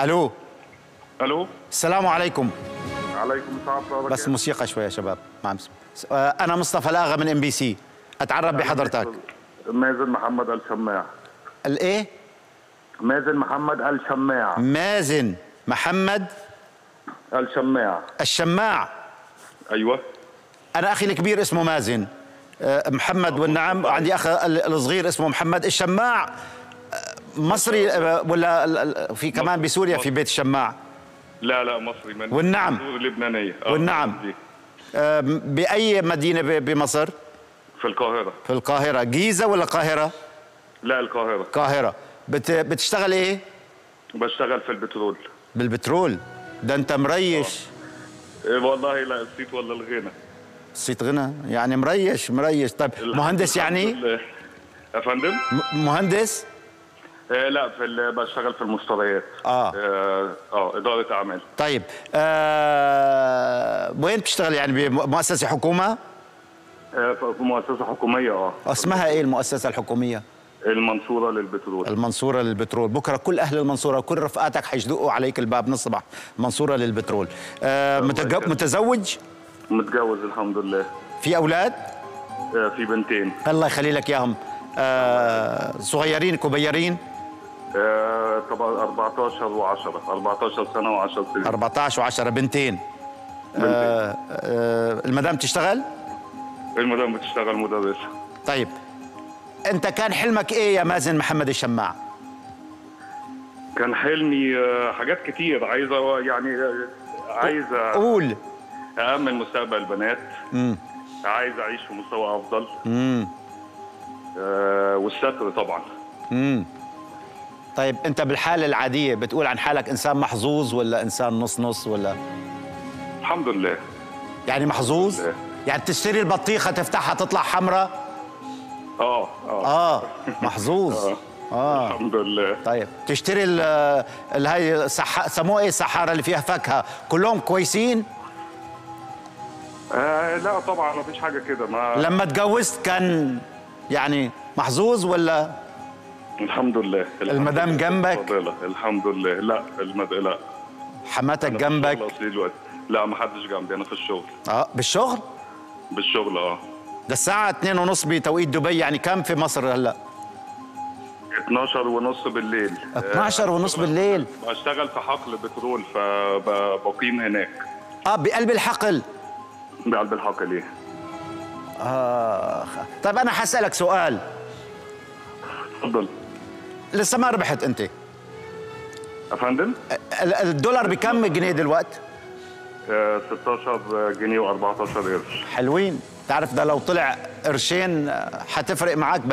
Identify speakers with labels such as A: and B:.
A: الو
B: الو
A: السلام عليكم
B: عليكم السلام ورحمه الله وبركاته
A: بس موسيقى شوي يا شباب ما عم س- آه، انا مصطفى الاغا من ام بي سي اتعرف بحضرتك
B: مازن محمد الشماع
A: الايه
B: مازن محمد الشماع
A: مازن محمد
B: الشماع
A: الشماع
B: ايوه
A: انا اخي الكبير اسمه مازن آه، محمد والنعم عندي اخ ال- الصغير اسمه محمد الشماع آه، مصري آه، ولا ال- ال- في كمان بسوريا في بيت الشماع
B: لا لا مصري من
A: والنعم.
B: جذور لبنانيه آه،
A: والنعم.
B: دي.
A: آه، باي مدينه ب- بمصر
B: في القاهره
A: في القاهره جيزه ولا القاهره
B: لا القاهره
A: القاهره بت... بتشتغل ايه
B: بشتغل في البترول
A: بالبترول ده انت مريش
B: إيه والله لا الصيت ولا الغنى
A: صيت غنى يعني مريش مريش طيب مهندس يعني
B: الحمد لله. يا فندم
A: م- مهندس
B: آه لا في ال- بشتغل في المشتريات
A: آه.
B: اه, آه اداره اعمال
A: طيب آه... وين بتشتغل يعني بمؤسسه حكومه
B: آه في مؤسسه حكوميه اه
A: اسمها ايه المؤسسه الحكوميه
B: المنصوره للبترول
A: المنصوره للبترول بكره كل اهل المنصوره وكل رفقاتك حيجدقوا عليك الباب من الصبح منصوره للبترول آه... متج...
B: يكرمك.
A: متزوج
B: متجوز الحمد لله
A: في اولاد
B: آه في بنتين
A: الله يخلي لك اياهم آه... صغيرين كبيرين
B: آه، طبعا 14 و10 14 سنه و10 سنين
A: 14 و10 بنتين
B: بنتين.
A: آه... آه... المدام تشتغل
B: المدام بتشتغل مدرسه
A: طيب انت كان حلمك ايه يا مازن محمد الشماع
B: كان حلمي آه، حاجات كتير عايز أ- يعني آه، عايز أ-
A: قول
B: أأمن مستقبل البنات عايز أعيش في مستوى أفضل آه، والستر طبعا
A: طيب انت بالحاله العاديه بتقول عن حالك انسان محظوظ ولا انسان نص نص ولا
B: الحمد لله
A: يعني محظوظ
B: لا.
A: يعني تشتري البطيخه تفتحها تطلع حمراء
B: اه اه,
A: اه محظوظ
B: آه. الحمد لله
A: طيب تشتري ال- آه، الهي سح... سموه ايه السحاره اللي فيها فاكهه كلهم كويسين
B: آه لا طبعا ما فيش حاجه كده ما
A: لما تجوزت كان يعني محظوظ ولا
B: الحمد لله الحمد
A: المدام
B: لله.
A: جنبك؟
B: فضيلة. الحمد لله لا المد... لا
A: حماتك
B: أنا في الشغل
A: جنبك
B: أصلي دلوقتي لا ما حدش جنبي انا في الشغل
A: اه بالشغل
B: بالشغل اه
A: ده الساعة 2 ونص بتوقيت دبي يعني كم في مصر هلا؟
B: 12 ونص بالليل
A: 12 ونص
B: بشتغل-
A: بالليل.
B: بشتغل في حقل بترول فبقيم هناك
A: اه بقلب الحقل
B: بقلب الحقل ايه
A: اخ طيب انا حسألك سؤال
B: اتفضل
A: لسه ما ربحت انت
B: يا فندم
A: ال- الدولار بكم جنيه دلوقت؟
B: آه، 16 جنيه و14 قرش
A: حلوين تعرف ده لو طلع قرشين آه، حتفرق معك